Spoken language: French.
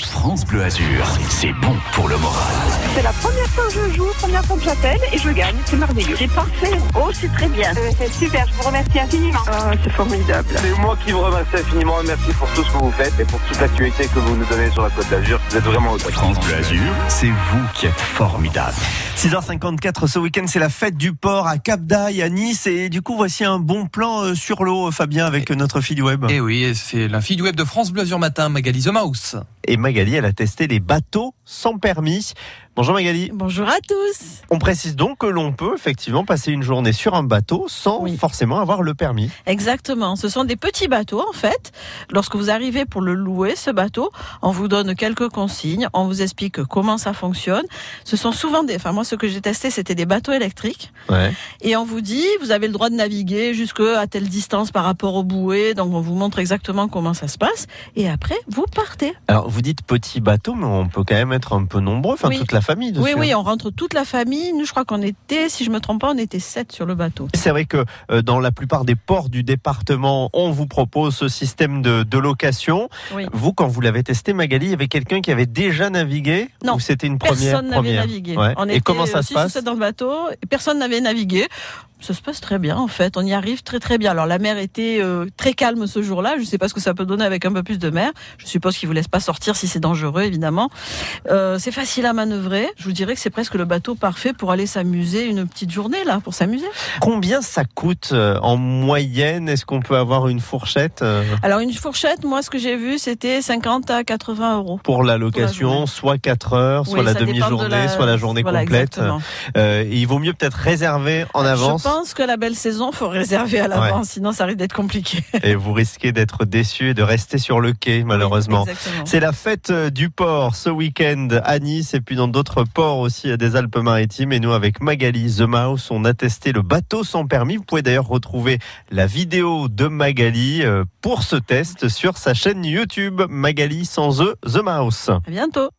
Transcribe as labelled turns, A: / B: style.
A: France Bleu Azur, c'est bon pour le moral.
B: C'est la première fois que je joue, première fois que j'appelle et je gagne. C'est merveilleux.
C: C'est parfait. Oh, c'est très bien.
B: Euh, c'est super, je vous remercie infiniment. Ah, c'est formidable.
D: C'est moi qui vous remercie infiniment. Merci pour tout ce que vous faites et pour toute l'actualité que vous nous donnez sur la Côte d'Azur. Vous êtes vraiment au top.
A: France Bleu Azur, c'est vous qui êtes formidable.
E: 6h54, ce week-end, c'est la fête du port à Cap d'Aille, à Nice. Et du coup, voici un bon plan euh, sur l'eau, Fabien, avec euh, notre fille du web.
F: Et Eh oui, et c'est la fille du web de France Bleu Azur Matin, Magali The Mouse.
E: Et Magali, elle a testé les bateaux sans permis. Bonjour Magali.
G: Bonjour à tous.
E: On précise donc que l'on peut effectivement passer une journée sur un bateau sans
G: Oui.
E: forcément avoir le permis.
G: Exactement, ce sont des petits bateaux en fait. Lorsque vous arrivez pour le louer, ce bateau, on vous donne quelques consignes, on vous explique comment ça fonctionne. Ce sont souvent des, enfin moi ce que j'ai testé c'était des bateaux électriques
E: Ouais.
G: et on vous dit vous avez le droit de naviguer jusque à telle distance par rapport aux bouées, donc on vous montre exactement comment ça se passe et après vous partez.
E: Alors vous dites petit bateau, mais on peut quand même être un peu nombreux, enfin
G: Oui.
E: toute la famille dessus.
G: Oui oui, on rentre toute la famille. Nous je crois qu'on était, si je me trompe pas, on était sept sur le bateau.
E: C'est vrai que euh, dans la plupart des ports du département, on vous propose ce système de, de location.
G: Oui.
E: Vous, quand vous l'avez testé, Magali, il y avait quelqu'un qui avait déjà navigué
G: Non.
E: Ou c'était une première
G: Personne n'avait
E: première
G: navigué.
E: Ouais.
G: On
E: Et
G: était
E: comment ça
G: euh,
E: se
G: six ou
E: passe
G: sept dans le bateau et personne n'avait navigué. Ça se passe très bien en fait, on y arrive très très bien. Alors la mer était euh, très calme ce jour-là, je ne sais pas ce que ça peut donner avec un peu plus de mer. Je suppose qu'ils vous laissent pas sortir si c'est dangereux évidemment. Euh, c'est facile à manœuvrer, je vous dirais que c'est presque le bateau parfait pour aller s'amuser une petite journée là, pour s'amuser.
E: Combien ça coûte euh, en moyenne Est-ce qu'on peut avoir une fourchette euh,
G: Alors une fourchette, moi ce que j'ai vu c'était 50 à 80 euros.
E: pour la location,
G: journée.
E: soit 4 heures, soit
G: Oui,
E: la
G: ça dépend de
E: demi-journée,
G: la-
E: soit la journée
G: Voilà,
E: complète
G: exactement.
E: Euh, et Il vaut mieux peut-être réserver en avance
G: Je pense que la belle saison, faut réserver à l'avance, sinon ça risque d'être compliqué.
E: et vous risquez d'être déçu et de rester sur le quai malheureusement.
G: Exactement.
E: C'est la fête euh, du port ce week-end à Nice et puis dans d'autres ports aussi euh, des Alpes-Maritimes. Et nous, avec Magali The Mouse, on a testé le bateau sans permis. Vous pouvez d'ailleurs retrouver la vidéo de Magali euh, pour ce test sur sa chaîne YouTube Magali sans E The Mouse.
G: À bientôt.